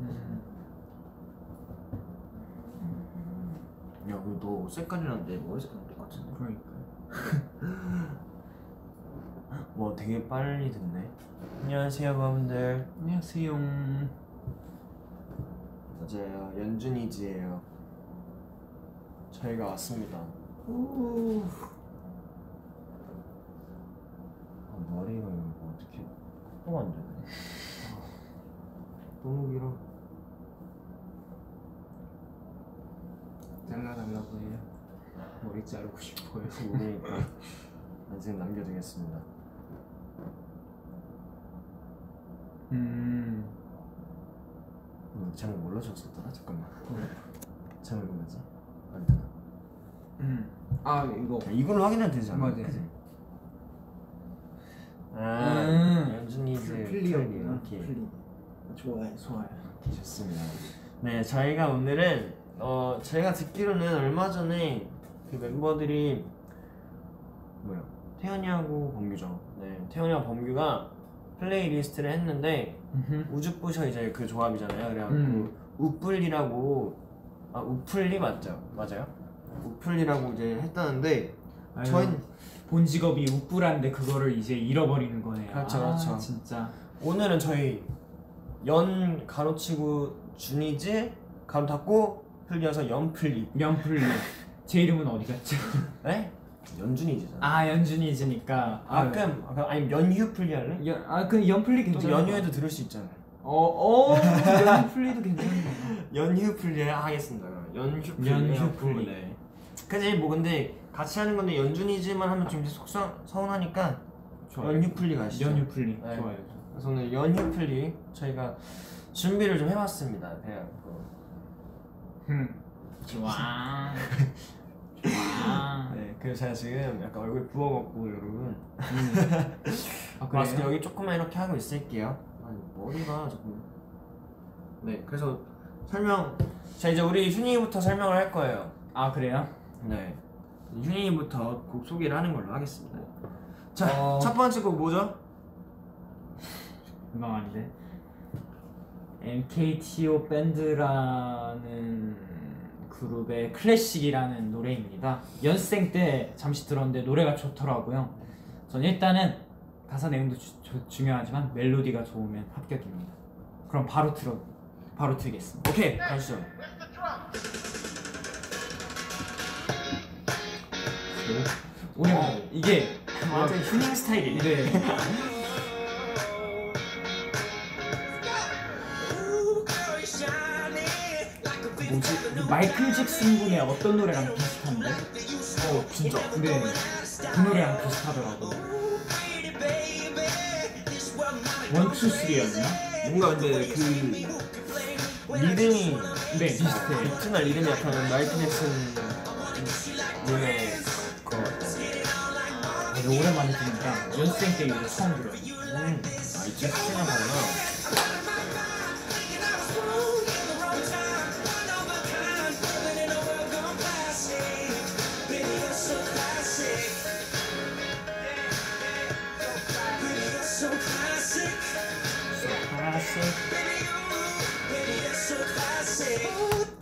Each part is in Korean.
음. 너 색깔이란데 머리 색깔 똑같은데? 그러니까요. 와 되게 빨리 듣네. 안녕하세요, 여러분들. 안녕하세요. 맞아요, 연준이지예요. 저희가 왔습니다. 아, 머리가 이거 어떻게 또안 되네. 너무 길어. 잘라달라고 해요. 머리 자르고 싶어요. 그러니까 인생 남겨두겠습니다. 음. 음, 잘못 몰라줬었더라. 잠깐만. 어, 잘못 뭐지? 안 되나? 음. 아 이거. 야, 이걸로 확인해도 되지 않아? 맞아. 그치? 음. 연준이즈 플리어구나. 오케이. 플리. 좋아요, 좋아요. 좋습니다. 네, 저희가 오늘은 어 저희가 듣기로는 얼마 전에 그 멤버들이 뭐야? 태현이하고 범규죠. 네, 태현이와 범규가 플레이리스트를 했는데 우주부셔 이제 그 조합이잖아요. 그래갖고 음. 우플리라고 아 우플리 맞죠? 맞아요? 우플리라고 이제 했다는데 아유, 저희 본 직업이 우뿔한데 그거를 이제 잃어버리는 거네요. 그렇죠, 아, 그렇죠. 진짜. 오늘은 저희 연 가로치고 준이지 가로 닫고 풀려서 연플리 명풀리. 제 이름은 어디 갔죠? 에? 연준이지잖아 아 연준이즈니까. 아, 끔 아니 연휴 풀리 할래? 연, 아, 그 연플리 또 괜찮아. 연휴에도 들을 수 있잖아 어, 어, 연플리도 괜찮네. 연휴 풀리 하겠습니다 그러면. 연휴 풀리 연휴 풀리. 네. 그지 뭐 근데 같이 하는 건데 연준이지만 하면 좀 이제 속상 서운하니까 연휴 풀리 가시죠 연유플리. 네. 좋아요. 그래서 오늘 연휴 풀리 저희가 준비를 좀 해봤습니다 그래갖고 흠. 좋아. 좋아. 네 그래서 제가 지금 약간 얼굴 부어갖고 여러분 아, 마스크 그래요? 여기 조금만 이렇게 하고 있을게요. 아니, 머리가 조금. 네, 그래서 설명. 자 이제 우리 휴닝이부터 설명을 할 거예요. 아, 그래요? 네. 휴닝이부터 곡 소개를 하는 걸로 하겠습니다. 자, 어. 첫 번째 곡 뭐죠? 유명한데. MKTO 밴드라는 그룹의 클래식이라는 노래입니다. 연습생 때 잠시 들었는데 노래가 좋더라고요. 전 일단은 가사 내용도 주- 주- 중요하지만 멜로디가 좋으면 합격입니다. 그럼 바로 틀어 바로 틀겠습니다. 오케이, 가시죠. 오늘 이게 네. 완전 휴닝 스타일이. 이게 뭐지 마이클 잭슨 분의 어떤 노래랑 비슷한데? 어 진짜. 근데 그 노래랑 비슷하더라고. 원투 쓰리였나? 뭔가 근데 그 리듬이 네 비슷해. 비트나 리듬이 약간 마이클 잭슨 노래 거 같아요. 아, 이거 오랜만에 듣니까 연습생 때 이거 처음 들어. 음, 아 이쪽 스타일이랑 다르나?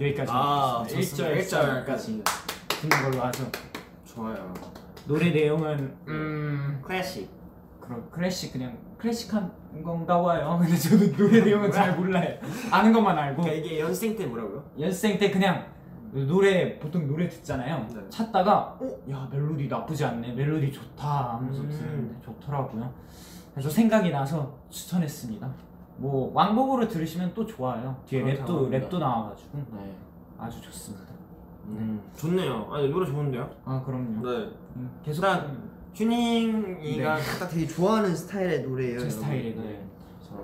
여기까지. 아, 좋습니다. 1절 일절까지. 듣는 걸로 하죠. 좋아요. 노래 내용은 음. 클래식. 그럼 클래식 그냥 클래식한 건가 봐요. 근데 저도 노래 내용은 잘 몰라요. 아는 것만 알고 그러니까 이게 연생 때 뭐라고요? 연습생 때 그냥 노래 보통 노래 듣잖아요. 네. 찾다가 어야 멜로디 나쁘지 않네. 멜로디 좋다 하면서 음. 듣는데 좋더라고요. 그래서 생각이 나서 추천했습니다. 뭐 왕복으로 들으시면 또 좋아요. 뒤에 그렇다고 랩도 합니다. 랩도 나와가지고 네. 아주 좋습니다. 음, 좋네요. 아니 노래 좋은데요? 아 그럼요. 네. 음, 계속 일단 휴닝이가 딱 되게 좋아하는 스타일의 노래예요. 제 여러분. 스타일의 노래. 네. 그래서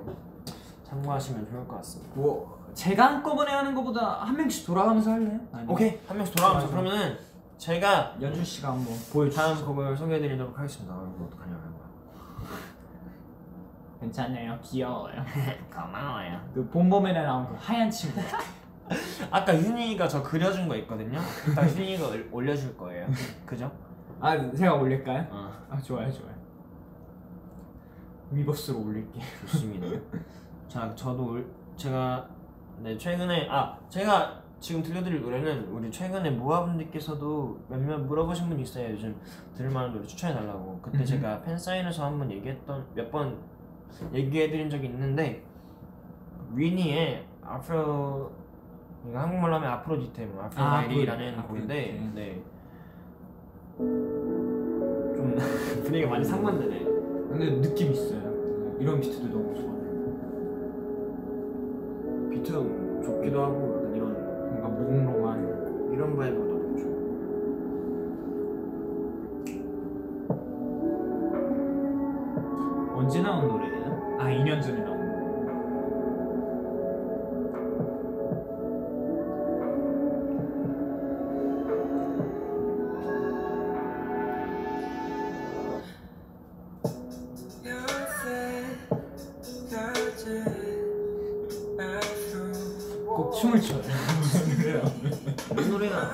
참고하시면 좋을 것 같습니다. 뭐 제가 한꺼번에 하는 것보다 한 명씩 돌아가면서 할래요? 아니면 오케이 한 명씩 돌아가면서 그러면은 제가 연준 씨가 한번 보여주. 다음 곡을 소개해드리도록 하겠습니다. 아, 이거 어떡하냐 괜찮아요, 귀여워요. 이거. 고마워요. 그 본범에나 나온 그 하얀 친구. 아까 휴닝이가 저 그려준 거 있거든요. 딱 휴닝이가 올- 올려줄 거예요. 그죠? 아 제가 올릴까요? 아 아 좋아요, 좋아요. 위버스로 올릴게. 좋습니다. 자 저도 올- 제가 네 최근에 아 제가 지금 들려드릴 노래는 우리 최근에 모아분들께서도 몇몇 물어보신 분이 있어요. 요즘 들을만한 노래 추천해달라고. 그때 음흠. 제가 팬사인에서 한번 얘기했던 몇 번 얘기해드린 적이 있는데 위니의 앞으로 이거 한국말로 하면 아프로디테 뭐 아프로디라는 아프로디테. 곡인데 네. 좀 분위기가 많이 상반되네. 근데 느낌 있어요. 이런 비트도 너무 좋아요. 비트가 좋기도 하고 약간 이런 뭔가 몽롱한. 이런 바이브가 너무 좋아. 언제 나온 노래예요? 아 2년 전에 나온. 거. 꼭 춤을 춰요. 그래요. 이 노래가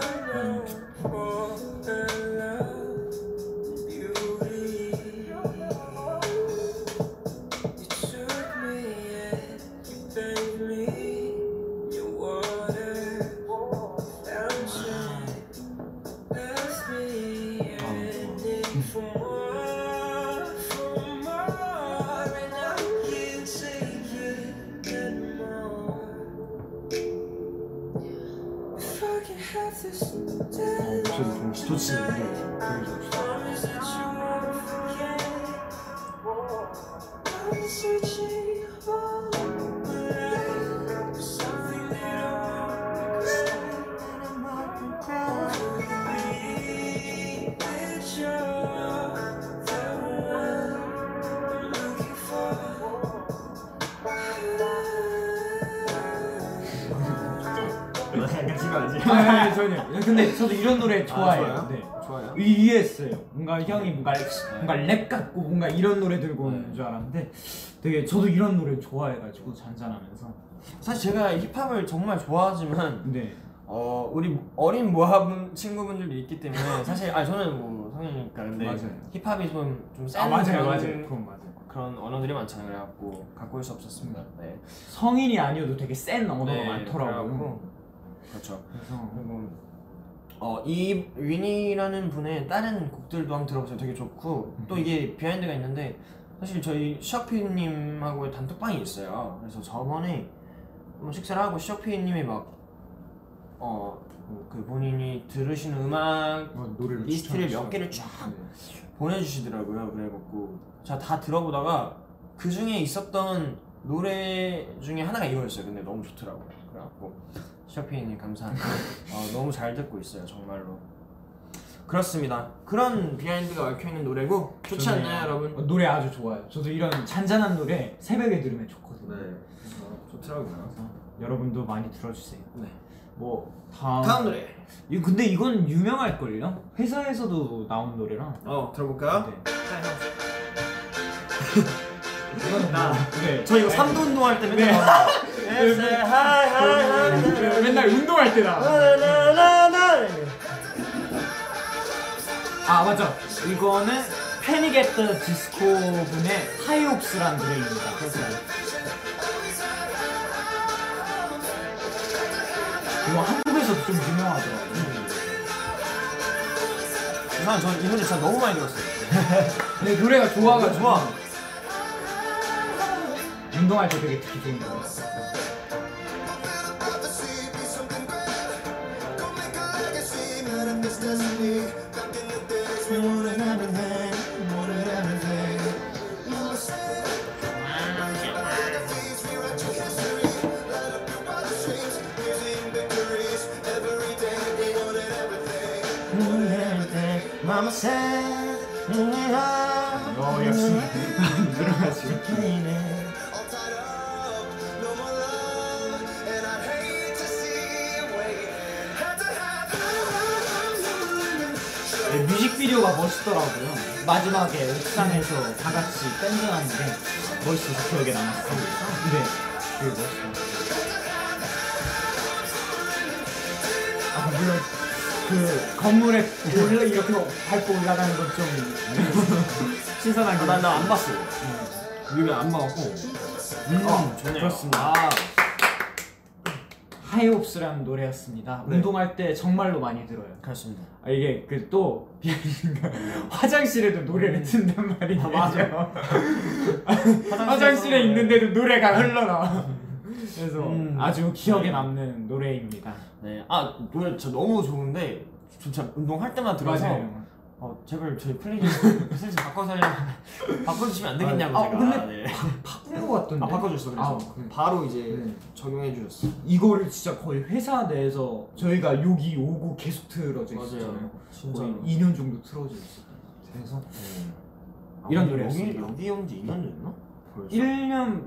Have this 어, 목소리 너무 좋지. 근데 되게 좋지. promise that you won't forget. I'm searching all my life for something that I'll regret. Believe that you're the one I'm looking for. 약간 지금 아직. 네. 아니 전혀. 근데 저도 이런 노래 좋아해요. 좋아요? 네. 좋아요. 이- 이해했어요. 뭔가 형이 뭔가 뭔가 랩 같고 뭔가 이런 노래 들고 오는 네. 줄 알았는데 되게 저도 이런 노래 좋아해가지고 잔잔하면서. 사실 제가 힙합을 정말 좋아하지만 근데 어 우리 어린 모아분 친구분들도 있기 때문에 사실 아 저는 뭐 성인이니까 근데 맞아요. 힙합이 좀좀센 아 맞아요 그런, 맞아요. 그건 맞아요. 그런 언어들이 많잖아요. 그래갖고 갖고 올 수 없었습니다. 네. 성인이 아니어도 되게 센 언어가 네, 많더라고요. 그래갖고 그렇죠. 그래서 그리고 어이 윈이라는 분의 다른 곡들도 한번 들어보세요. 되게 좋고 또 이게 비하인드가 있는데 사실 저희 셔피님하고 단톡방이 있어요. 그래서 저번에 뭐 식사를 하고 셔피님이 막어그 본인이 들으시는 음악 뭐 노래를 리스트를 추천하시더라고요. 네. 몇 개를 쫙 보내주시더라고요. 그래갖고 자 다 들어보다가 그 중에 있었던 노래 중에 하나가 이거였어요. 근데 너무 좋더라고요. 그래갖고 샤피님 감사합니다. 어, 너무 잘 듣고 있어요. 정말로. 그렇습니다. 그런 비하인드가 얽혀 있는 노래고 좋지 저는 않나요, 여러분? 어, 노래 아주 좋아요. 저도 이런 잔잔한 노래 새벽에 들으면 좋거든요. 네, 좋더라고요. 그래서 여러분도 많이 들어주세요. 네. 뭐 다음, 다음 노래. 이 근데 이건 유명할 걸요? 회사에서도 나온 노래라. 어 들어볼까요? 네. 이건 나. 네. 저 이거 3도 운동할 때 맨날. 네. 네. 맨날 운동할 아. 때다. 라라라라. 아 맞아. 이거는 패닉 앳더 디스코 분의 하이옵스라는 노래입니다. 이거 한국에서도 좀 유명하더라고요. 우선 전이 노래 진짜 너무 많이 들었어요. 근데 노래가 네, 좋아가 좋아. 운동할 때 되게 듣기 좋은 거 같아요. Mama said, 어, 역시. 네, 뮤직비디오가 멋있더라고요. 마지막에 옥상에서 다 같이 밴드 하는데 멋있어서 기억에 남았어요. 네. 되게 멋있어요. 아, 물론 그 건물에 올라 이렇게 밟고 올라가는 건 좀 신선한 게. 아, 나안 봤어요. 뮤비 안 봤고. 음, 어, 좋네요. 그렇습니다. 하이홉스라는 노래였습니다. 네. 운동할 때 정말로 많이 들어요. 그렇습니다. 아, 이게 그 또 비하인드가 화장실에도 노래를 튼단 말이에요. 아, 맞아요. 화장실에 있는데도 노래가 흘러나와. 그래서 음. 아주 기억에 네. 남는 노래입니다. 네. 아 노래 진짜 너무 좋은데 진짜 운동할 때만 들어서 맞아요. 어 제발 저희 플레이리스트 슬슬 바꿔서 하려면- 바꿔주시면 안 되겠냐고 아, 제가 네. 근데 바꾼 것 같던데. 아 바꿔줬어 그래서 아, 그래. 바로 이제 네. 적용해 주셨어 이거를 진짜 거의 회사 내에서 저희가 여기 오고 계속 틀어져 있었잖아요. 진짜 네. 거의 2년 정도 틀어져 있었어요. 그래서 이런 이런 노래 네. 아, 여기 노래였습니다. 여기 온지 2년 됐나? 벌써? 1년,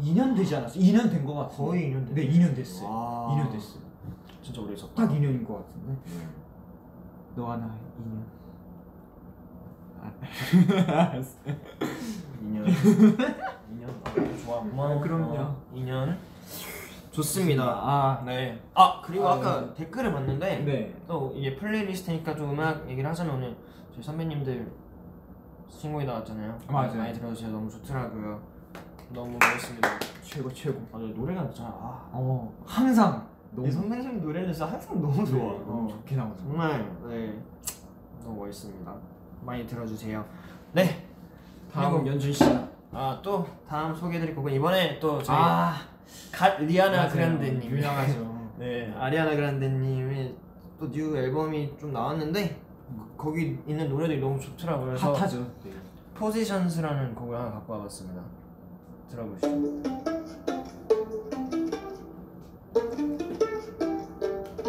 2년 되지 않았어? 2년 된 것 같은데. 거의 2년 아. 됐네. 네, 2년 됐어요. 와. 2년 됐어요. 진짜 오래 있었다 딱 2년인 것 같은데. 네. 너와 나 2년. 알았어. 2년 2년 좋아 고마워 그럼요. 2년 좋습니다 아, 네아 그리고 아, 아까 댓글을 봤는데 네. 또 이게 플레이리스트니까 좀 음악 얘기를 하자면 오늘 저희 선배님들 신곡이 나왔잖아요. 아, 맞아요. 많이 들어주세요. 너무 좋더라고요. 너무 멋있습니다. 최고, 최고. 아, 네, 노래가 진짜 아, 어, 항상 너무 이 선배님 노래는 진짜 항상 너무 좋아. 어, 좋게 나오죠. 네. 정말 네 너무 멋있습니다. 많이 들어주세요. 네 그리고 다음 연준 씨. 아또 다음 소개해드릴 곡은 이번에 또 저희 아, 갓 리아나 맞아요. 그란데님 유명하죠. 네, 아리아나 그란데님의 또 뉴 앨범이 좀 나왔는데 거- 거기 있는 노래들이 너무 좋더라고요. 그래서 핫하죠. 포지션스라는 곡을 하나 갖고 와봤습니다. 들어보시죠.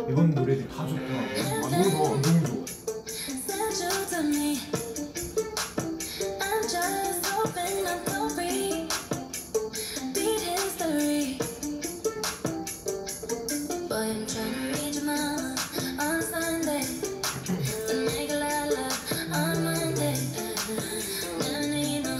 이번 노래들 다 좋더라고요. 너무 좋아, 너무 좋아. I'm trying to reach mama on Sunday and make a lot of love on Monday. Never need no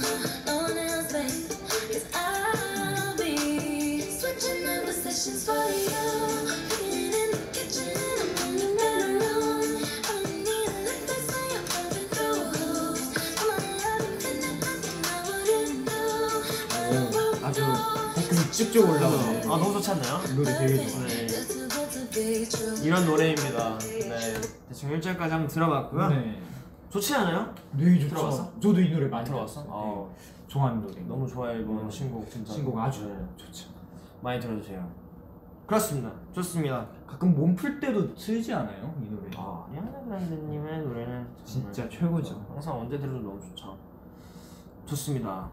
one else, babe, 'cause I'll be switching up positions for you. Cleaning in the kitchen and I'm on the middle room. I've been needing like this when you're popping through. Come on, love, you can do nothing I wouldn't do. I won't 아주 do. 댓글이 쭉쭉 올라오네요. 아 너무 좋지 않나요? 노래 되게 좋아. 네. Just too good to be true. 이런 노래입니다. 네, 대충 1절까지 한번 들어봤고요. 네. 좋지 않아요? 네, 좋죠. 들어봤어? 저도 이 노래 많이 들어봤어? 들었어요. 어, 네. 좋아하는 노래. 너무 좋아요 이번 음. 신곡 진짜. 신곡 아주 네, 좋죠. 많이 들어주세요. 그렇습니다. 좋습니다. 가끔 몸 풀 때도 틀지 않아요, 이 노래. 아, 아리아나 그란데님의 노래는 정말 진짜 최고죠. 항상 언제 들어도 너무 좋죠. 좋습니다.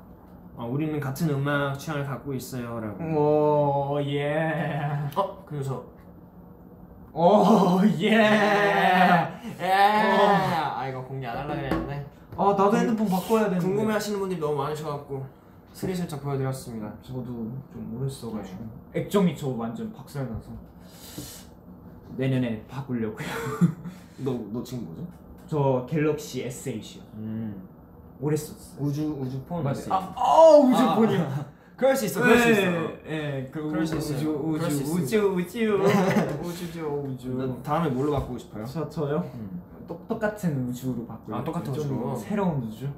어, 우리는 같은 음악 취향을 갖고 있어요라고. 오, 예. 어, 그래서 오, 예. 예. 아 이거 공개 안 하려 그랬는데 아, 나도 핸드폰 바꿔야 음. 되는데. 궁금해하시는 분들이 너무 많으셔갖고 스리슬쩍 보여드렸습니다. 저도 좀 오래 써가지고. 액정이 저 완전 박살나서. 내년에 바꾸려고요. 너 너 지금 뭐죠? 저 갤럭시 S8이요. 음 오래 썼어요. 우주 우주 폰 맞아요. 아, 아, 우주폰이요. 그럴 수 있어 그럴 수 있어. 예, 그 그럴 수 있어요. 우주 그럴 수 우주 있어요. 네. 우주 우주 우주죠 나 우주. 다음에 뭘로 바꾸고 싶어요? 저 저요? 네. 음. 똑 똑같은 우주로 바꾸요. 아, 똑같은 우주로. 새로운 우주.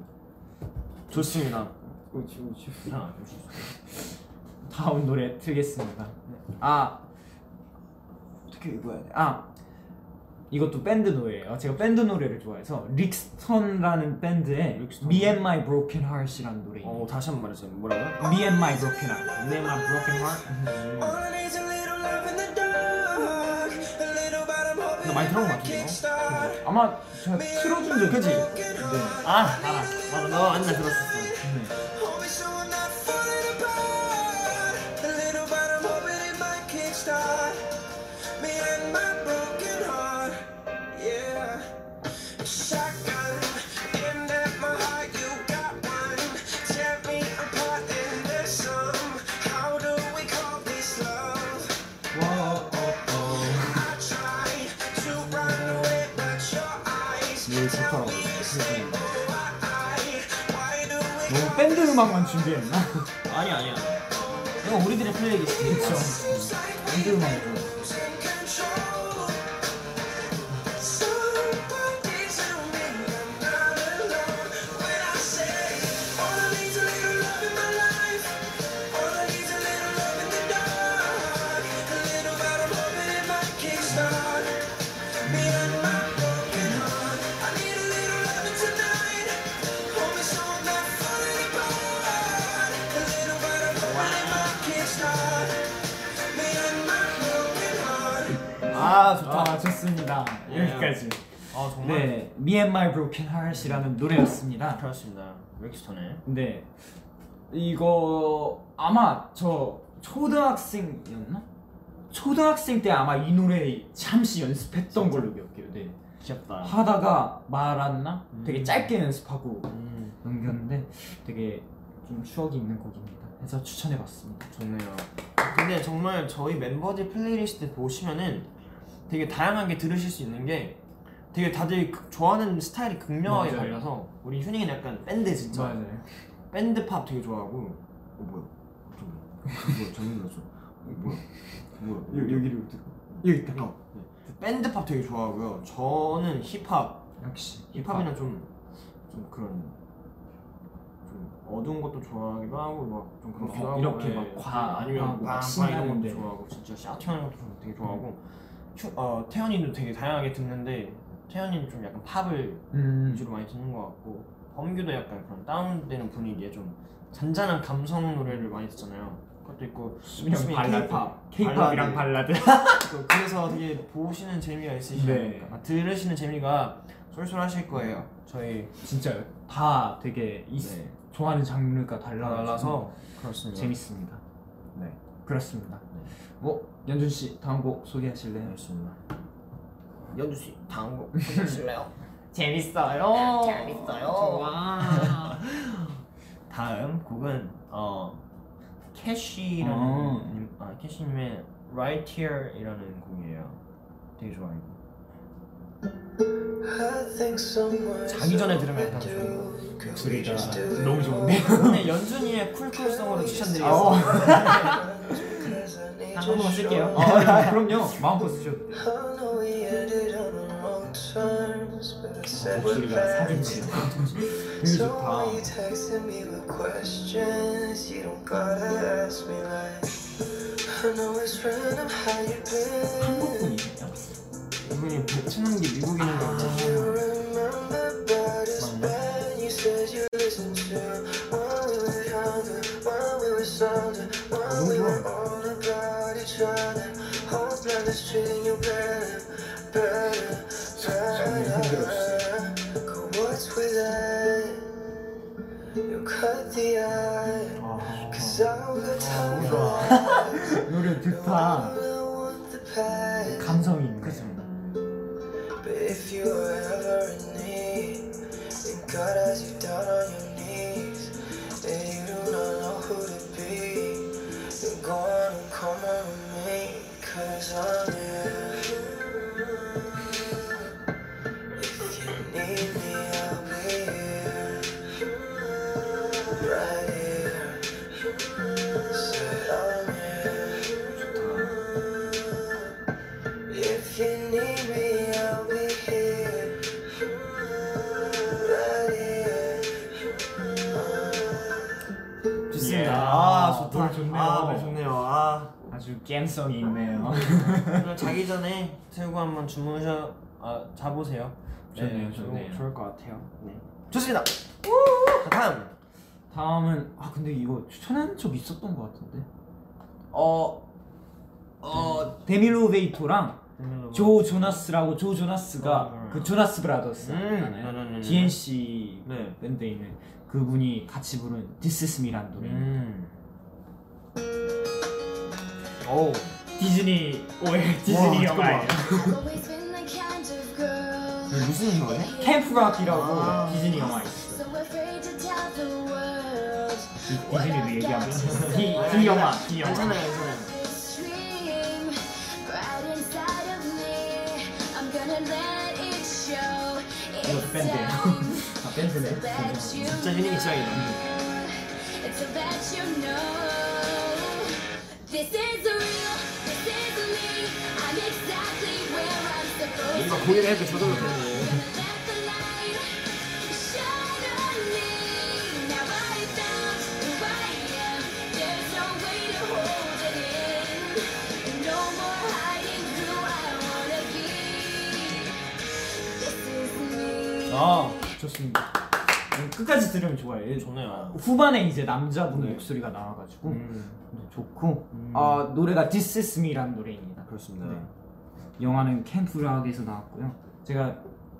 좋습니다. 어, 아, 우주 우주. 하나 둘 셋. 다음 노래 틀겠습니다. 아 어떻게 읽어야 돼? 아 이것도 밴드 노래예요. 제가 밴드 노래를 좋아해서 릭스턴라는 밴드의 릭스턴. Me and My Broken Heart이라는 노래예요. 어 다시 한 번 말해주세요. 뭐라고요? 네, Me and My Broken Heart. 내 맘, broken heart. 음. All I need's a little love in the dark, a little but I'm hoping 나 많이 들어본 것 I can 같은데. start. 네. 아마 제가 틀어준 적 그지? 네. 아 알아. 맞아 너 안나 들었었어. Hoping soon I'm not falling apart, a little but I'm hoping it might kickstart me and my broken heart. Yeah. Shotgun, aimed at my heart, you got one. Tear me apart and there's some. How do we call this love? I try to run away, but your eyes 네, 좋더라고. oh, Why do we 네. 너무 밴드 음악만 준비했나? 아니 아니야. 이거 우리들의 플레이리스트. 그쵸. 밴드 음악 좋아. All I need's a little love in the dark, a little bit of 아 좋다. 아 좋습니다. 예. 여기까지. 아 정말. 아, 네, Me and My Broken Heart이라는 노래였습니다. 그렇습니다. 렉스턴의 네, 이거 아마 저 초등학생이었나? 초등학생 때 아마 이 노래 잠시 연습했던 걸로 기억해요. 네. 귀엽다. 하다가 말았나? 되게 아. 음. 짧게 연습하고 음 넘겼는데 되게 좀 추억이 있는 곡입니다. 해서 추천해봤습니다. 좋네요. 근데 정말 저희 멤버들 플레이리스트 보시면은 되게 다양하게 들으실 수 있는 게 되게 다들 그- 좋아하는 스타일이 극명하게 맞아요. 달라서 우리 휴닝은 약간 밴드 진짜 맞아요. 밴드 팝 되게 좋아하고 어 뭐야 저 뭐야 뭐야 잘못 눌렀어 어, 뭐야 뭐야 여기로 들어. 여기 있다. 어, 네. 밴드 팝 되게 좋아하고요. 저는 힙합, 역시 힙합이나 좀, 좀 그런 좀 어두운 것도 좋아하기도 하고 막 좀 그렇기도 어, 하고 이렇게 예. 막 과, 아니면 하고 막 광광 이런 신나는데. 네. 음. 것도 좋아하고 진짜 샤트하는 것도 좀 되게 좋아하고 추, 어, 태연이도 되게 다양하게 듣는데 태연이는 좀 약간 팝을 음, 위주로 많이 듣는 것 같고 범규도 약간 그런 다운되는 분위기에 좀 잔잔한 감성 노래를 많이 듣잖아요. 그것도 있고 수빈이 수빈이 발라드, K-pop, K-pop이랑 발라드. 또 그래서 되게 보시는 재미가 있으시니까 네. 들으시는 재미가 쏠쏠하실 거예요. 저희 진짜요? 다 되게 이- 네. 좋아하는 장르가 달라서 달라서 그렇습니다. 재밌습니다. 네, 그렇습니다. 뭐 연준 씨 다음 곡 소개하실래요? 그렇습니다. 연주 씨 다음 곡 해주실래요? 네, 재밌어요. 재밌어요. 좋아. 다음 곡은 어 캐시라는 어. 님- 아 캐시님의 Right Here이라는 곡이에요. 되게 좋아요. 자기 전에 들으면 약간 좀 목소리가 너무 좋은데 오늘 연준이의 쿨쿨송으로 어. 추천드리겠습니다. 한 번만 쓸게요 아, 그럼요. 마음껏 쓰셔도 돼요. 네. 목소리가 사기지 되게 좋다. 한국분이에요. 이분이 베트남 게 미국인인 것 같아요. 아. 노래 듣다 감성이 있네. But if you were ever in need, then God has you down on your knees. And you do not know who to be. Then go on and come on with me, cause I'm here. If you need me, I'll be here. Right here. Say I'm here. If you need me, I'll be here. Right here. 좋습니다. 아 좋다. 노래 좋네요. 아 네, 좋네요. 아 아주 갬성이 있네요. 오늘 자기 전에 태우고 한번 주무셔 아 자보세요. 좋네요, 좋네요. 좋을 것 같아요. 네. 좋습니다. 자, 다음. 다음은 아 근데 이거 추천한 적 있었던 것 같은데. 어 어 데밀로베이토랑 음. 조 조나스라고 조 조나스가 어, 어. 그 조나스 브라더스 음, 알아요? 네, 네, 네, 네. DNC 네. 밴드에 있는 그분이 같이 부른 This Is Me라는 노래 음. 오. 디즈니 오해 와, 디즈니 영화예요 always been the kind of girl. 무슨 영화네? 캠프락이라고 아. 디즈니 영화 있어 So afraid to tell the world. 디즈니로 얘기하면 디, 디 영화 디 영화 괜찮아요, 괜찮아요. This dream right inside of me. I'm gonna let it show. It's 밴드예요. time 아 밴드네 so that 괜찮아. you 진짜 휴닝이 짱이네. know. It's so that you know. This is real. This is me. I'm exactly where I'm supposed to be. 고개를 이렇게 저절로 되네. Gonna let the light shine on me. Now I found who I am. There's no way to hold it in. No more hiding who I wanna be. This is me. 아, 좋습니다 이거 끝까지 들으면 좋아요 좋네요. 후반에 이제 남자분 네. 목소리가 나와가지고 네, 음. 좋고 음. 아 노래가 This Is Me라는 노래입니다 그렇습니다. 네. 영화는 캠프락에서 나왔고요. 제가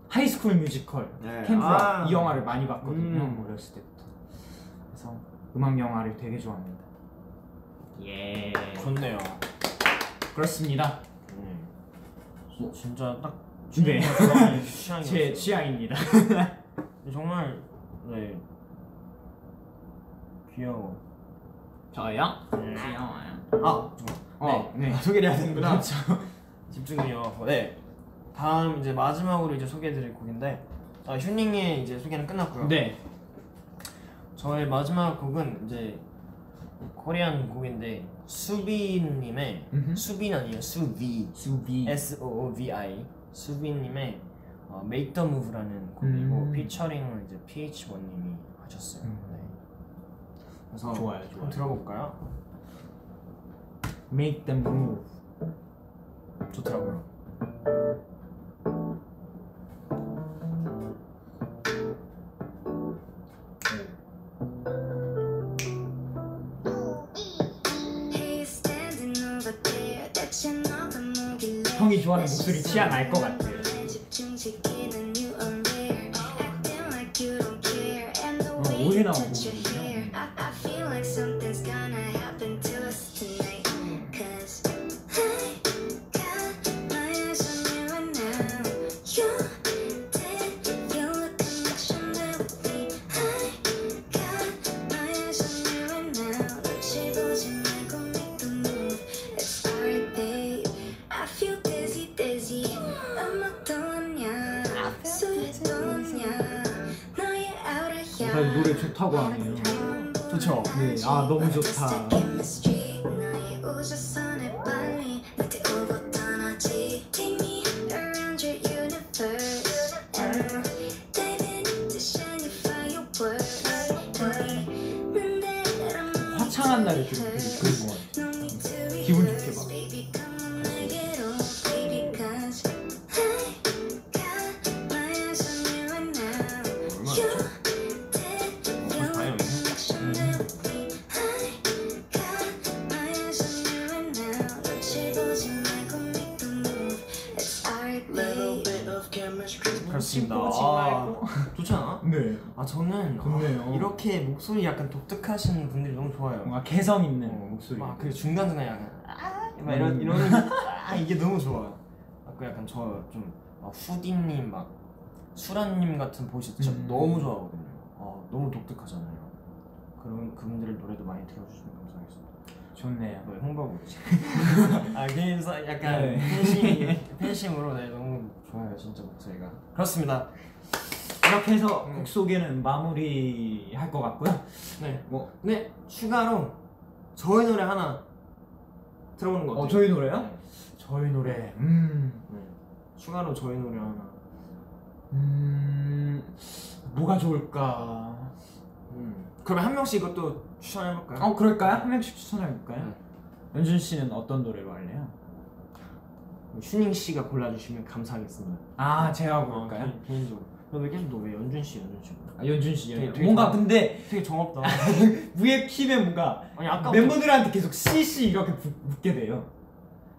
하이스쿨 뮤지컬 네. 캠프락 아. 이 영화를 많이 봤거든요. 음. 어렸을 때부터. 그래서 음악 영화를 되게 좋아합니다. 예. 좋네요. 그렇습니다. 음. 진- 진짜 딱 네. 취향이 제 취향입니다. 정말 네 귀여워. 저요? 음. 귀여워요. 아 네. 어, 네. 소개를 해야 되는구나. 그렇죠. 집중해요. 네 다음 이제 마지막으로 이제 소개해드릴 곡인데 아, 휴닝의 이제 소개는 끝났고요. 네. 저의 마지막 곡은 이제 코리안 곡인데 수비님의 음흠. 수빈 아니에요 수비 수비. S O O V I 수빈님의 어, Make the Move라는 곡이고 음. 피처링을 이제 PH 원님이 하셨어요. 음. 네. 그래서 좋아요, 좋아요. 한번 들어볼까요? Make them move. 좋더라고요. He's standing over there. that you know the movie late. 형이 좋아하는 목소리 취향 알 것 같아요. 집중시키는 you are rare. Acting like you don't care. And the 어, way 오해 you 나온 touch your 부분이군요. hair. I I feel like something's gonna happen to us tonight. 'Cause I got my eyes on you right now. You're dead. You're looking much younger with me. I got my eyes on you right now. 눈치 보지 말고 make the move. It's alright, babe. I feel dizzy, dizzy. 아마 떠났냐? 술이 떠났냐? 너의 아우라야. 아, 노래 좋다고 하네요. 좋죠? 네, 아, 너무 좋다. 화창한 날에 좀 네. 되게 좋은 것 같아요. 기분 좋게 막. 얼마나 좋죠? 벌써 다 해요, 이제? 음. Little bit of chemistry. 그렇습니다. 아, 좋잖아. 네. 아 저는 좋네요. 아, 이렇게 목소리 약간 독특하신 분들이 너무 좋아요. 뭔가 개성 있는 어, 목소리. 막 그 중간 중간 약간 아막 이런 그러니까. 음. 이런 아 이게 너무 좋아요. 아까 약간 저좀 후디님 막 수란님 같은 보이스 진짜 음. 너무 좋아하거든요. 어 너무 독특하잖아요. 그런 그분들의 노래도 많이 들어주시면 감사하겠습니다. 좋네요. 네, 홍보하고 아 그래서 약간 네. 팬심 팬심으로 네 너무 좋아요 진짜 목소리가 그렇습니다. 이렇게 해서 음. 곡 소개는 마무리 할 것 같고요. 네. 뭐, 네 추가로 저희 노래 하나 들어보는 거 어, 어때요? 저희 노래요? 네. 저희 노래. 음, 네. 추가로 저희 노래 하나 음, 뭐가 좋을까? 음. 그러면 한 명씩 이것도 네. 추천해볼까요? 어, 그럴까요? 한 명씩 추천해볼까요? 네. 연준 씨는 어떤 노래로 할래요? 슈닝 씨가 골라주시면 감사하겠습니다. 아, 제가 어, 고를까요? 개- 개인적으로. 근데 계속 너왜 연준 씨, 연준 씨? 골라? 아, 연준 씨, 되게- 연준. 되게 뭔가 좋아. 근데 되게 정없다. 위에 키면 뭔가 아니 아까 멤버들한테 계속 CC 이렇게 붙- 붙게 돼요.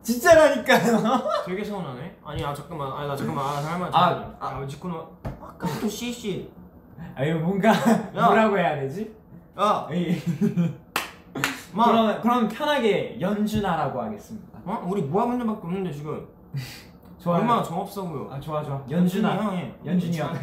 진짜라니까요. 되게 서운하네. 아니 아 잠깐만, 아니 나 잠깐만, 아 잠깐만. 아, 잠깐만. 아, 아 지코는 아까부터 씨 씨. 아니 뭔가 뭐라고 해야 되지? 야, 이- 마. 아. 그럼 그럼 편하게 연준아라고 하겠습니다. 어? 우리 모아분들밖에 없는데 지금 좋아요. 얼마나 정없어 보여. 아 좋아 좋아. 연준아. 형 해. 연준이 형. 아니,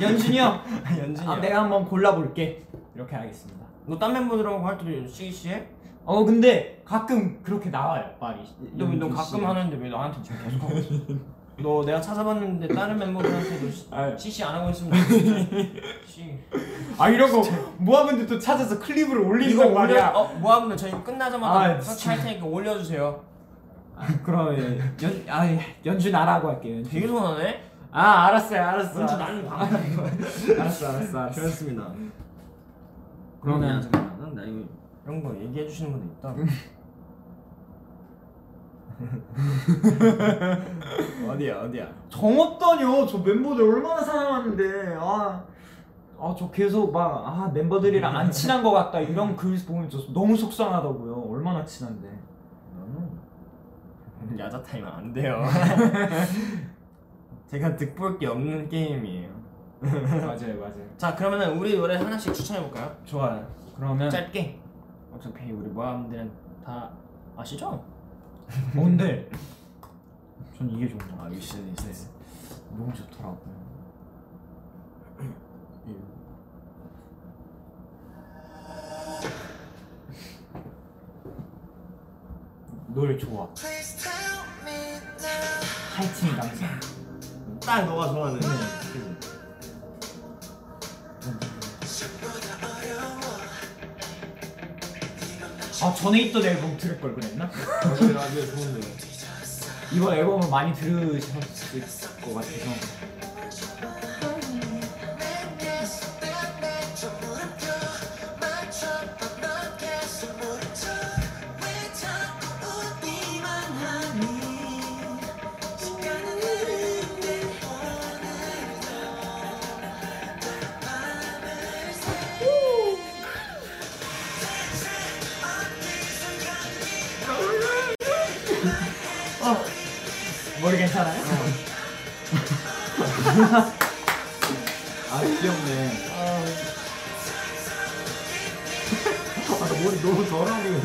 연준이 형. 연준이 아, 형. 내가 한번 골라볼게. 이렇게 하겠습니다. 너딴 멤버들하고 할 때도 씨 씨 해? 어 근데 가끔 그렇게 나와요 말이. 너, 너 연준 가끔 씨. 하는데 왜 나한테 지금 계속 하고 있어? 너 내가 찾아봤는데 다른 멤버들한테도 씨- 아, CC 안 하고 있으면 나 씨. 아 이런 거 모아분들 또 찾아서 클립을 올리는 말이야. 어, 모아분들 저희 끝나자마자 아, 터치할 테니까 올려주세요. 아, 그러면 연, 아, 연준아라고 할게요. 연준. 되게 손하네. 아 알았어요 알았어. 연준 나는 방. 알았어 알았어 알았어. 그렇습니다. 그러면- 잠깐만, 나 이거 이런 거 얘기해 주시는 분들 있다. 어디야 어디야? 정없다뇨. 저 멤버들 얼마나 사랑하는데. 아, 아, 저 계속 막, 아, 멤버들이랑 안 친한 것 같다. 이런 글 보면 저 너무 속상하다고요. 얼마나 친한데. 나는 오늘 야자 타임 안 돼요. 제가 득볼 게 없는 게임이에요. 맞아요 맞아요 자 그러면은 우리 노래 하나씩 추천해 볼까요? 좋아요 그러면 짧게. 어차피 우리 모아분들은 다 아시죠? 뭔데? 전 이게 좋은 거 같아요 미션이 있어요. 너무 좋더라고요 노래 좋아 Please tell me now. 파이팅 감성 딱 너가 좋아하는. 전보다 어려워. 아 전에 있던 앨범 들을 걸 그랬나? 맞아요, 맞아요, 좋은데. 이번 앨범을 많이 들으셨을 것 같아서 내게 손댄내 저 무릎 펴 맞춰봐 넌 계속 무릎 쳐왜 자꾸 웃기만 하니 시간은 흐르는데 오늘도 내 밤을 새 대체 어디선가 머리 괜찮아요? 어. 아 귀엽네. 아 머리 너무 더러운데.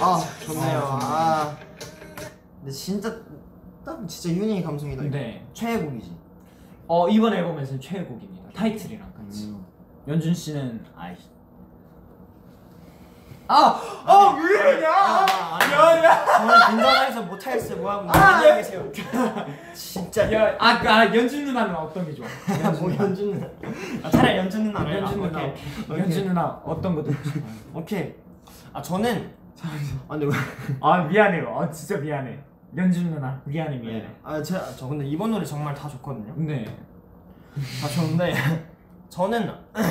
아 좋네요. 아 근데 진짜 딱 진짜 윤희 감성이다. 이거. 네. 최애곡이지. 어 이번 앨범에서는 최애곡입니다 타이틀이랑 같이 음. 연준 씨는 아이 아아왜 이러냐 야야 저는 긴장해서 못하겠어요. 뭐하고 안녕히 계세요. 진짜. 야 아까 연준 누나는 어떤 게 좋아 뭐 연준 누나. 아, 차라리 연준 누나. 왜? 연준 아, 누나 오케이. 오케이. 연준 누나 어떤 거 듣고 싶어요 오케이. 아 저는. 아 근데 왜? 아 미안해요 아 진짜 미안해 연준 누나 미안해 미안해 아 제가 저 근데 이번 노래 정말 다 좋거든요. 네 다 좋은데 저는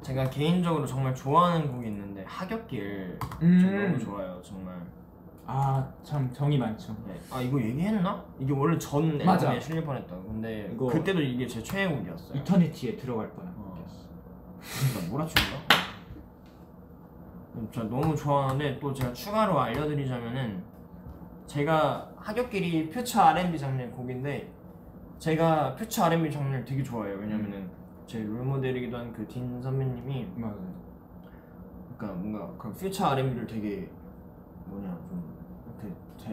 제가 개인적으로 정말 좋아하는 곡이 있는데 하굣길 음. 좀 너무 좋아요 정말. 아 참 정이 많죠 네. 아 이거 얘기했나? 이게 원래 전 맞아. 앨범에 실릴 뻔했다. 근데 이거- 그때도 이게 제 최애곡이었어요. 이터니티에 들어갈 뻔한 거 어. 나 몰아치운가? 음, 저 너무 좋아하는데 또 제가 추가로 알려드리자면은 제가 하굣길이 퓨처 R&B 장르의 곡인데 제가 퓨처 R&B 장르를 되게 좋아해요 왜냐면은 제 롤모델이기도 한 그 딘 선배님이 맞아요 그러니까 뭔가 그런 퓨처 R&B를 되게 뭐냐 좀 이렇게 대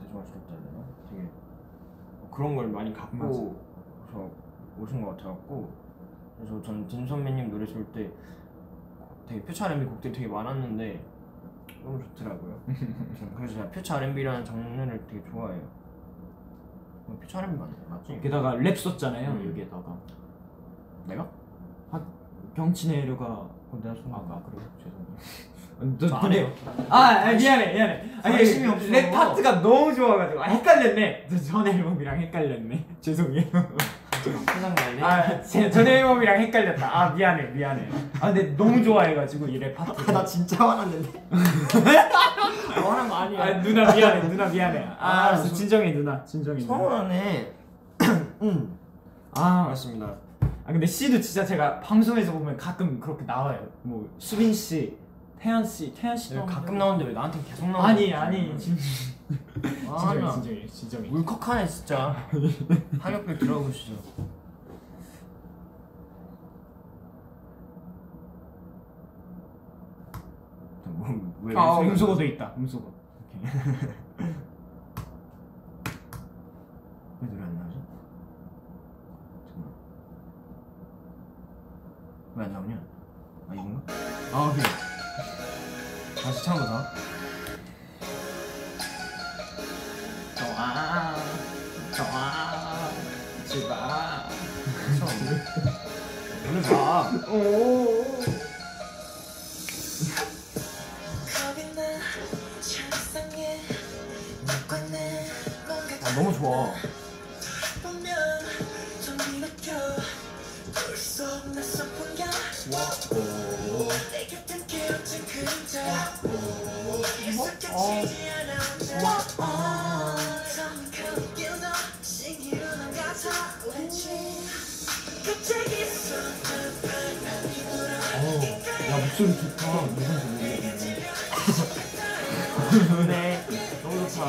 대중화시켰다 해야 되나? 되게 뭐 그런 걸 많이 갖고 서 오신 것 같아갖고 그래서 저는 딘 선배님 노래 들을 때 되게 퓨처 R&B 곡들이 되게 많았는데 너무 좋더라고요. 그래서 제가 퓨처 R&B라는 장르를 되게 좋아해요. 어, 퓨처 R&B 맞- 맞지? 게다가 랩 썼잖아요 음. 여기에다가 내가? 경치 내려가 어, 내가 쓴 아, 건가? 아 그래요? 저 죄송합니다. 안 해요. 아, 아 미안해 미안해. 아, 이게 관심이 없어. 랩 파트가 너무 좋아가지고 아, 헷갈렸네. 저 전 앨범이랑 헷갈렸네. 죄송해요. 세상 날래? 아, 제- 전 앨범이랑 헷갈렸다. 아 미안해 미안해. 아 근데 너무 좋아해가지고 이 랩 파트. 나 진짜 화났는데? 화난 거 아니야. 아 누나 미안해 누나 미안해. 아, 아, 알았어. 진정해 누나 진정해. 누나. 서운하네. 음. 아, 맞습니다. 아 근데 씨도 진짜 제가 방송에서 보면 가끔 그렇게 나와요. 뭐 수빈 씨, 태연 씨, 태연 씨도 네, 가끔 한번- 나오는데 왜 나한테 계속 나오는 아니 아니 진- 아, 진정해 나 진정해 진정해. 울컥하네 진짜. 하객들 들어보시죠. 뭐, 왜 아 음소거야? 음소거도 있다 음소거. 왜 노래 안 나오지? 잠깐만. 왜 안 나오냐? 아 이건가? 아 오케이. 다시 처음부터. 좋아 좋아 좋아 처음. 오늘 봐. 겁이 나 상상해 자꾸 내 뭔가 아 너무 좋아. 보면 좀 일으켜 볼수 없는 선풍경 내 곁엔 기울진 그림자 익숙해지지 않아 처음 가는 길도 신기루 넌 같아 왠지 갑자기 어. 목소리 좋다. 무슨 소리야? 네 너무 좋다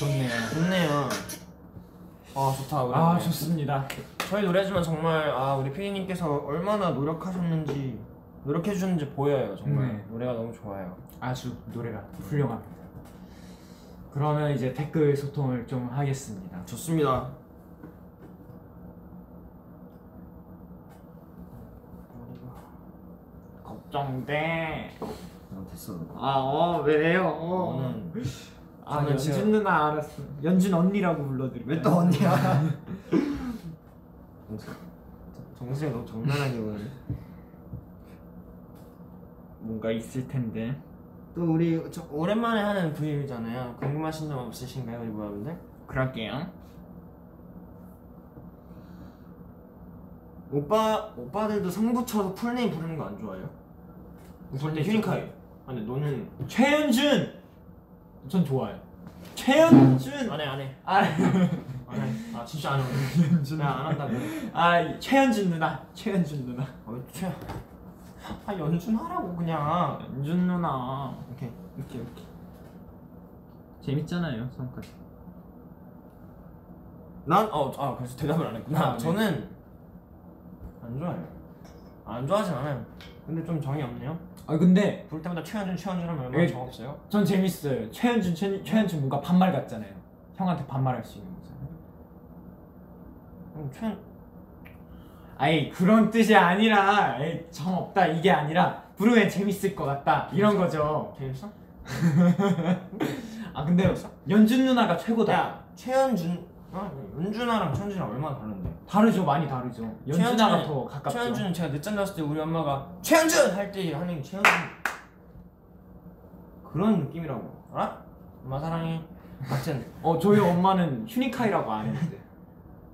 네. 좋네요. 좋네요 아 좋다 우리 아 노래. 좋습니다. 저희 노래지만 정말 아 우리 피디님께서 얼마나 노력하셨는지 노력해 주셨는지 보여요 정말 네. 노래가 너무 좋아요 아주 노래가 훌륭합니다. 그러면 이제 댓글 소통을 좀 하겠습니다. 아, 좋습니다 걱정돼. 아, 됐어 아어 왜요? 너는 아 저는 연준 지금- 누나 알았어. 연준 언니라고 불러드릴게요. 왜 또 언니야? 정수영 너무 장난하게 오늘 뭔가 있을 텐데. 또 우리 저 오랜만에 하는 브이앱이잖아요 궁금하신 점 없으신가요 우리 모아분들? 그럴게요. 오빠 오빠들도 성부쳐서 풀네임 부르는 거 안 좋아해요? 풀네임 휴닝카이 아니 너는 최연준. 전 좋아요. 최연준. 안해 안해 아, 안해 아 진짜 안해 오늘 나안 한다고 아 최연준 누나. 최연준 누나. 어휴아 연준 하라고 그냥 연준 누나. 오케이 오케이 오케이. 재밌잖아요 성까지. 난어아 그래서 대답을 안 했구나 아, 네. 저는 안 좋아해요 안 좋아하진 않아요 근데 좀 정이 없네요 아 근데 부를 때마다 최현준 최현준 하면 얼마나 예. 정 없어요? 전 재밌어요. 최현준 최, 최현준 뭔가 반말 같잖아요. 형한테 반말할 수 있는 거잖아요. 그럼 최현 아이 그런 뜻이 아니라 에이, 정 없다 이게 아니라 부르면 재밌을 것 같다 이런 거죠. 재밌어? 아 근데 연준 누나가 최고다. 야 최현준 어? 연준아랑 최현준이랑 얼마나 다른데 다르죠 많이 다르죠. 연준 누나가 최현준은- 더 가깝죠. 최현준은 제가 늦잠 잤을 때 우리 엄마가 최현준! 할 때 하는 게 최현준 그런 느낌이라고 알아? 엄마 사랑해 하여튼 어 저희 엄마는 휴닝카이라고 안 했는데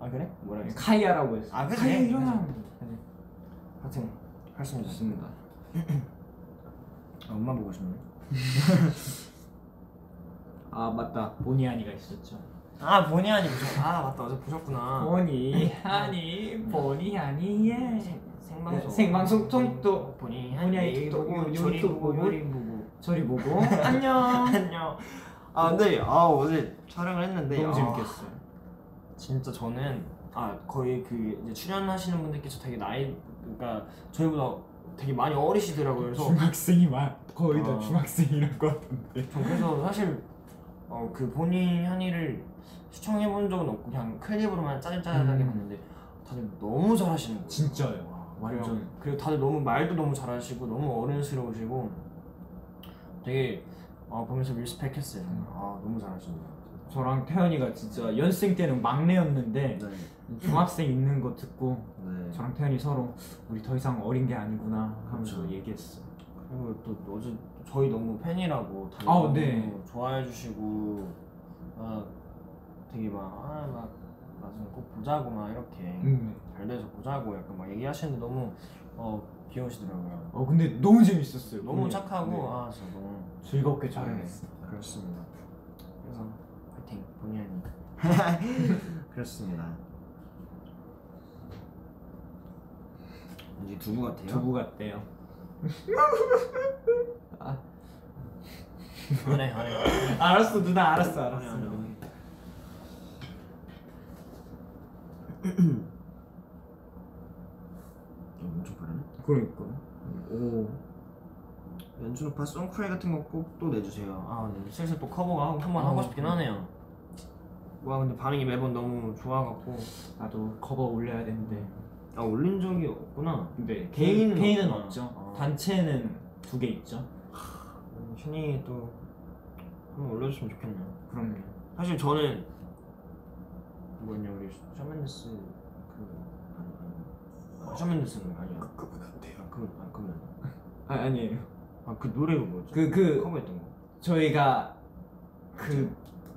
아 그래? 뭐라 했어? 카이아라고 했어. 아, 그래? 카이아 그래. 일어나. 하여튼 할수는 있습니다 아, 엄마 보고 싶네 아 맞다 보니아니가 있었죠. 아 보니 아니 보셨 아 맞다 어제 보셨구나 보니아니 보니아니 예. 생방송 네, 생방송 통또 보니 보니 아니 아니 또 보고 보고 조리 또 보고 보고. 요리 보고 저리 보고 안녕. 안녕. 아 근데 아 어제 촬영을 했는데 너무 아, 재밌겠어요. 진짜 저는 아 거의 그 이제 출연하시는 분들께서 되게 나이 그러니까 저희보다 되게 많이 어리시더라고요. 그래서 중학생이 말 거의 다 중학생이란 것 같은데 전 그래서 사실 어 그 본인 현이를 시청해 본 적은 없고 그냥 클립으로만 짜잘짜잘하게 음. 봤는데 다들 너무 잘하시는 거예요. 진짜요 그리고- 완전 그리고 다들 너무 말도 너무 잘하시고 너무 어른스러우시고 되게 어, 보면서 리스펙했어요. 정말. 아 너무 잘하시네요. 저랑 태연이가 진짜 연생 때는 막내였는데 네. 중학생 있는 거 듣고 네. 저랑 태연이 서로 우리 더 이상 어린 게 아니구나 하면서 그렇죠. 얘기했어 그리고 또 어제 저희 너무 팬이라고 다들 아, 너무 네. 좋아해 주시고 막 되게 막아막 나중에 꼭 보자고 막 이렇게 음. 잘 돼서 보자고 약간 막 얘기하시는데 너무 어 귀여우시더라고요. 어 근데 너무 재밌었어요 너무 오늘. 착하고 네. 아 진짜 너무 즐겁게 촬영했어 그렇습니다. 그래서 파이팅 본의 아니 그렇습니다. 이제 두부 같아요. 두부 같대요 안해 안해. 알았어 누나 알았어 아니, 알았어 아니, 아니. 엄청 빠르네. 그러니까 오. 연준 오빠 송크레 같은 거 꼭 또 내주세요. 아, 네. 슬슬 또 커버가 한 번 하고 어. 싶긴 하네요. 와, 근데 반응이 매번 너무 좋아갖고. 나도 커버 올려야 되는데 아, 올린 적이 없구나. 근데 개인은 개인은 없구나. 없죠 어. 단체는 두 개 있죠 휴닝이 또 한번 올려줬으면 좋겠네요. 그럼요 사실 저는 뭐냐 우리 샤먼데스 그 샤먼데스는 아니야. 그분 안 돼요. 그분 아 그분. 아 아니에요 아그 노래가 뭐였지? 그, 그- 커버했던 거. 저희가 그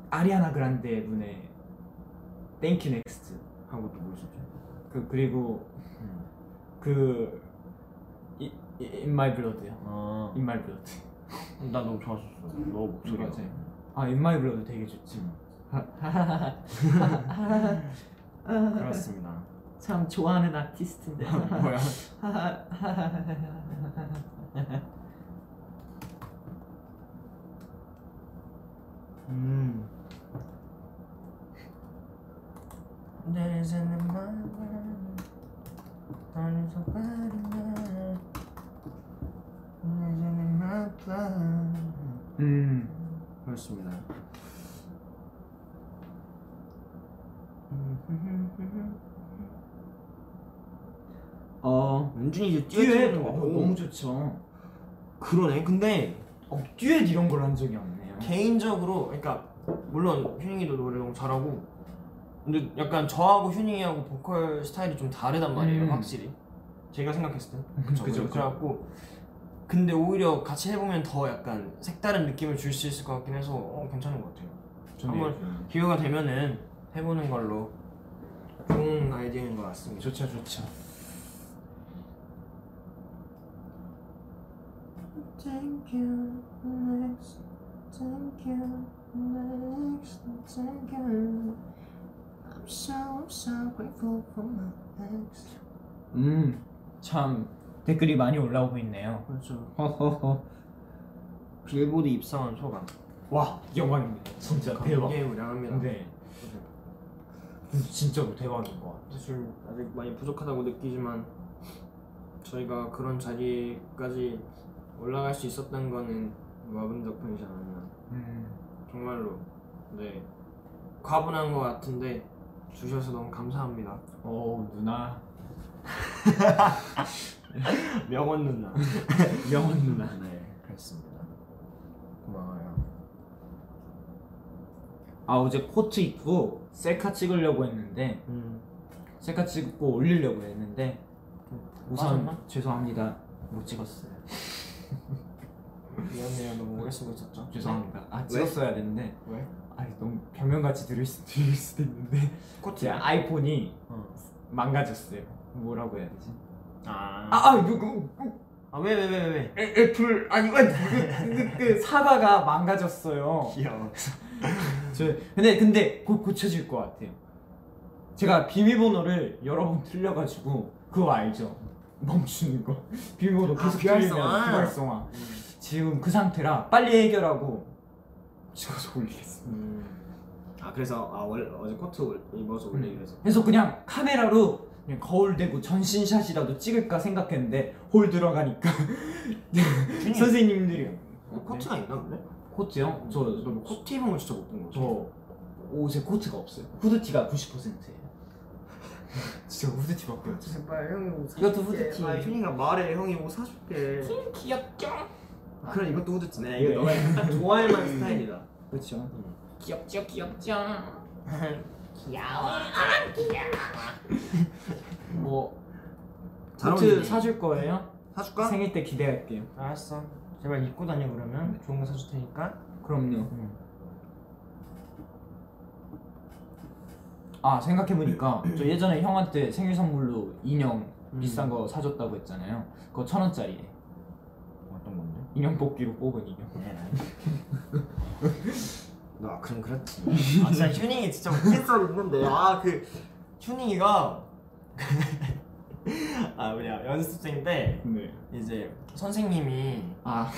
아리아나 그란데 분의 땡큐 넥스트 하고 또뭐 있었지? 그 그리고 음. 그 이- 이- In My Blood요 아, In My Blood 나 너무 좋았었어. 너 목소리가. 맞아요. 아 In My Blood 되게 좋지 음, 그렇습니다. 참 좋아하는 아티스트인데 뭐야? 음 음. 그렇습니다. 어. 은준이 이제 듀엣 뛰어드는 어, 거 너무 좋죠. 그러네. 근데 어, 듀엣 이런 걸 한 적이 없네요. 개인적으로 그러니까 물론 휴닝이도 노래 너무 잘하고 근데 약간 저하고 휴닝이하고 보컬 스타일이 좀 다르단 말이에요 음. 확실히 제가 생각했을 때 음, 그쵸 그죠, 그죠 그죠. 그래갖고 근데 오히려 같이 해보면 더 약간 색다른 느낌을 줄 수 있을 것 같긴 해서 어, 괜찮은 것 같아요 한번 기회가 되면은 해보는 걸로 좋은 아이디어인 것 같습니다 좋죠, 좋죠. Thank you, next. Thank you, next. Thank you. I'm so, I'm so grateful for my ex. 음, 참 댓글이 많이 올라오고 있네요. 그렇죠 허허허. 빌보드 입상한 소감 와, 영광입니다. 진짜 대박. 예 나갑니다 네. 진짜로 대박인 것 같아. 사실 아직 많이 부족하다고 느끼지만 저희가 그런 자리까지 올라갈 수 있었던 거는 와분 덕분이지 않았나 음, 정말로 네 과분한 것 같은데 주셔서 너무 감사합니다 어 누나, 명언 누나 명언 누나. 네 그렇습니다 고마워요 아 어제 코트 입고 셀카 찍으려고 했는데 음 셀카 찍고 올리려고 했는데 우선 빠졌나? 죄송합니다 못 찍었어요. 미안해요 너무 오래 쓰고 있었죠 죄송합니다. 아 찍었어야 되는데 왜? 아니 너무 변명같이 들을, 수, 들을 수도 있는데 코트 제 아이폰이 어. 망가졌어요. 뭐라고 해야 되지? 아 아, 아 이거 그, 왜 왜 왜 왜? 애- 애플 아니 그, 그, 그, 그 사과가 망가졌어요. 귀여워 저 근데 근데 곧 고쳐질 것 같아요. 제가 비밀번호를 여러 번 틀려가지고 그거 알죠? 멈추는 거 비밀번호 아, 계속 비활성화. 틀리면 비활성화. 음. 지금 그 상태라 빨리 해결하고 찍어서 올리겠습니다. 아 그래서 아 원래 어제 코트 올- 입어서 올리기로 해서 그래서 그냥 카메라로 그냥 거울 대고 전신샷이라도 찍을까 생각했는데 홀 들어가니까 선생님들이 네. 어, 코트가 있나 근데? 코트요? 너 저저 뭐 코트 입은 거 진짜 못 본 거지? 옷에 코트가 없어요. 후드티가 90%예요. 진짜 후드티밖에 없어요. 제발 형이 옷 이것도 후드티. 아, 휴닝아 말해 형이 옷 사줄게 귀엽죠? 아, 그래 이것도 후드티네 네. 네, 이거 너가 딱 좋아할 만한 스타일이다 그렇죠. 귀엽죠 귀엽죠 뭐 잘 코트 어울리네. 사줄 거예요? 사줄까? 생일 때 기대할게요. 알았어 제발 입고 다녀 그러면 좋은 거 사줄 테니까 그럼요. 아 생각해보니까 네. 저 예전에 형한테 생일 선물로 인형 음. 비싼 거 사줬다고 했잖아요. 그거 천 원짜리에 어떤 건데? 네. 인형 뽑기로 뽑은 인형. 나 그럼 그렇지 아 진짜 휴닝이 진짜 웃긴 썰 있는데 아그 휴닝이가 아 뭐냐 연습생 때 네. 이제 선생님이 아그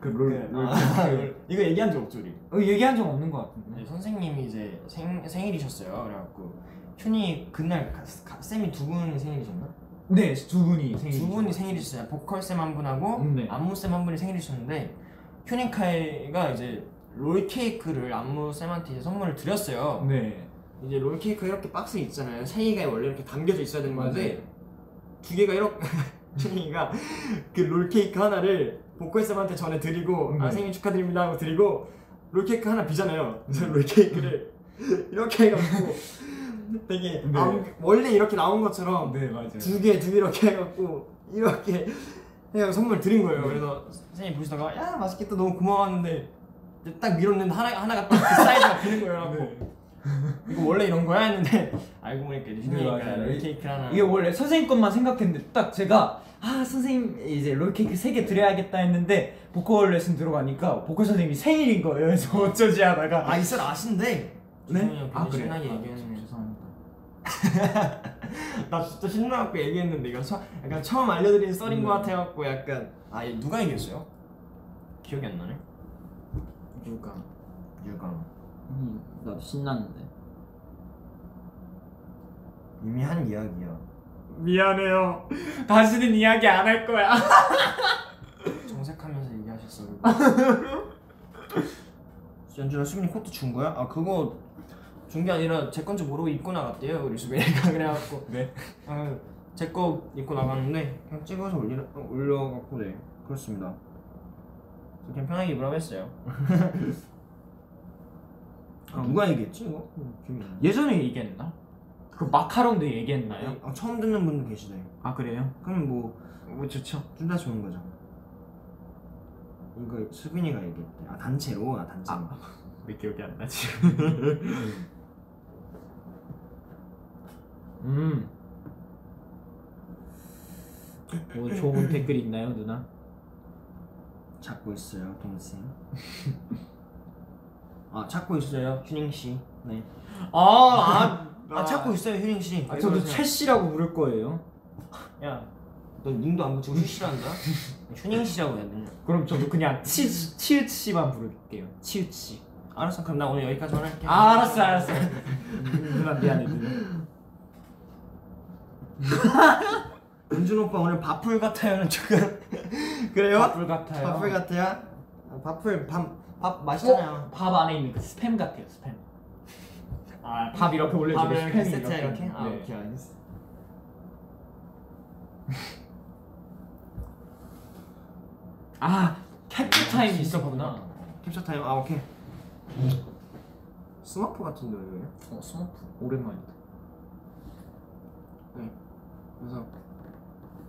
그, 아, 네. 롤. 이거 얘기한 적 없죠 우리? 어, 얘기한 적 없는 것 네, 같은데. 선생님이 이제 생, 생일이셨어요 그래갖고 휴닝이 그날 가, 가, 쌤이 두 분이 생일이셨나? 네두 분이 생일. 두 분이 생일이셨어요 보컬쌤 한 분하고 음, 네. 안무쌤 한 분이 생일이셨는데 휴닝카이가 이제 롤케이크를 안무쌤한테 이제 선물을 드렸어요 네. 이제 롤케이크 이렇게 박스 있잖아요 세 개가 원래 이렇게 담겨져 있어야 되는 건데 두 개가 이렇게 휴닝이가 그 롤케이크 하나를 보컬쌤한테 전해드리고 음. 아 생일 축하드립니다 하고 드리고 롤케이크 하나 비잖아요 그래서 롤케이크를 이렇게 해갖고 되게 네. 아무- 원래 이렇게 나온 것처럼 네 맞아요. 두 개, 두 개 이렇게 해갖고 이렇게 해가 선물 드린 거예요. 그래서 선생님 보시다가 야 맛있겠다 너무 고마웠는데 이제 딱 밀었는데 하나 하나가 딱 그 사이즈가 되는 거예요. 네. 그래갖고 이거 원래 이런 거야 했는데 알고 보니까 이제 네, 휴니니까 맞아요. 그러니까 롤케이크 하나 이게 원래 선생님 것만 생각했는데 딱 제가 아 선생님 이제 롤케이크 세 개 드려야겠다 했는데 보컬 레슨 들어가니까 보컬 선생님이 생일인 거예요 그래서 어쩌지 하다가 네? 아 있을 아신데 죄송해요, 괜히 신나게 아, 얘기했네요 죄송합니다 나 진짜 신나갖고 얘기했는데 이거 처, 약간 처음 알려드린 썰인 것 같아갖고 약간 아 이거 누가 얘기했어요? 기억이 안 나네 누가 유감 음, 나도 신났는데 이미 한 이야기야 미안해요 다시는 이야기 안 할 거야 정색하면서 얘기하셨어 그거 연준아 수빈이 코트 준 거야? 아 그거 준 게 아니라 제 건지 모르고 입고 나갔대요 우리 수빈이가 그래갖고 아, 네. 제거 입고 나갔는데 그냥 찍어서 올리 어, 올려갖고 네 그렇습니다 저 그냥 편하게 입으라고 했어요 아, 누가 얘기했지 이거? 기억이 안 예전에 얘기했나? 그 마카롱도 얘기했나요? 나요. 아, 처음 듣는 분도 계시대요 아 그래요? 그럼 뭐 뭐 좋죠 둘 다 좋은 거죠. 이거 수빈이가 얘기했대. 아 단체로, 아 단체로. 내 기억이 안 나지 음. 뭐 좋은 댓글 있나요 누나? 찾고 있어요, 동생. 아 찾고 있어요, 휴닝 씨. 네. 아, 아, 찾고 있어요, 휴닝 씨. 아, 저도 최 씨라고 부를 거예요. 야, 너 눈도 안 붙이고 휴 씨란다. 휴닝 씨라고 해야 되나? 그럼 저도 그냥 치 치읓 씨만 부를게요. 치읓 씨. 알았어, 그럼 나 오늘 여기까지만 할게. 아 알았어 알았어. 음, 누나 미안해 누나. 은준 오빠 오늘 밥풀 같아요는 조금 그래요? 밥풀 같아요. 어? 밥풀 같아요? 아, 밥풀 밥밥 맛있잖아요. 밥 안에 있는 그 스팸 같아요 스팸. 아밥 이렇게 올려주고 밥을 스팸 이렇게 세트야 이렇게? 아 네. 오케이 알겠어 아 캡처 타임 있었구나. 캡처 타임 아 오케이 스마프 같은 노래예요? 어 스모프 오랜만이다. 네 그래서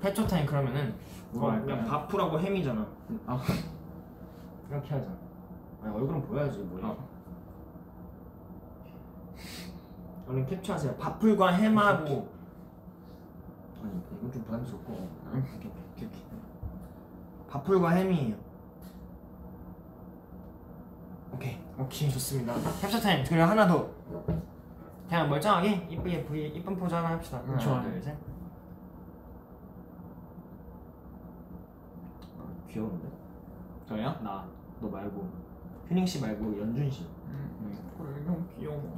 캡처 타임 그러면은 뭐라 할까요? 그냥 바프라고 어, 네. 음, 햄이잖아 아 이렇게 하자 아니 얼굴은 보여야지 뭐야 어. 얼른 캡처하세요 바풀과 햄하고 아니 이건 좀 부담스럽고 오케이 오케이 오케이 바풀과 햄이에요 오케이 오케이 좋습니다 캡처 타임 그냥 하나 더 그냥 멀쩡하게 이쁘게 보- 이쁜 포즈 하나 합시다 하나 좋아요. 둘셋 아, 귀여운데? 저요? 나. 너 말고 휴닝 씨 말고 연준 씨 음, 형 음. 귀여워.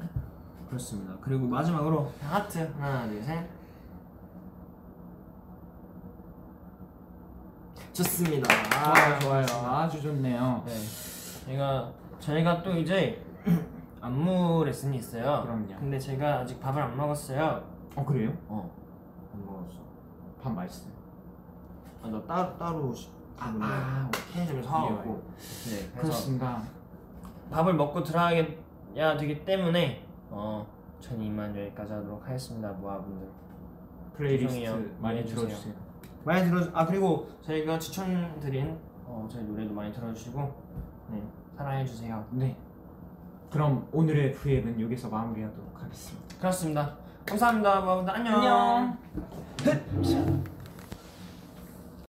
그렇습니다. 그리고 마지막으로 하트 하나 둘 셋. 좋습니다. 아 좋아요. 아주 좋네요. 네. 제가 저희가 또 이제 안무 레슨이 있어요. 그럼요. 근데 제가 아직 밥을 안 먹었어요. 어 그래요? 어. 안 먹었어. 밥 맛있어요. 아나 따로 따로 시- 아, 뭐, 아, 편의점에 사왔고. 네. 그래서 그렇습니다. 밥을 먹고 들어가야 되기 때문에 어 저는 이만 여기까지 하도록 하겠습니다. 모아분들. 플레이리스트 죄송해요. 많이 이해해 주세요. 들어주세요. 많이 들어 아 그리고 저희가 추천드린 어, 저희 노래도 많이 들어주시고 네, 사랑해 주세요. 네. 그럼 오늘의 브이앱은 여기서 마무리하도록 하겠습니다. 그렇습니다. 감사합니다. 여러분 안녕. 안녕.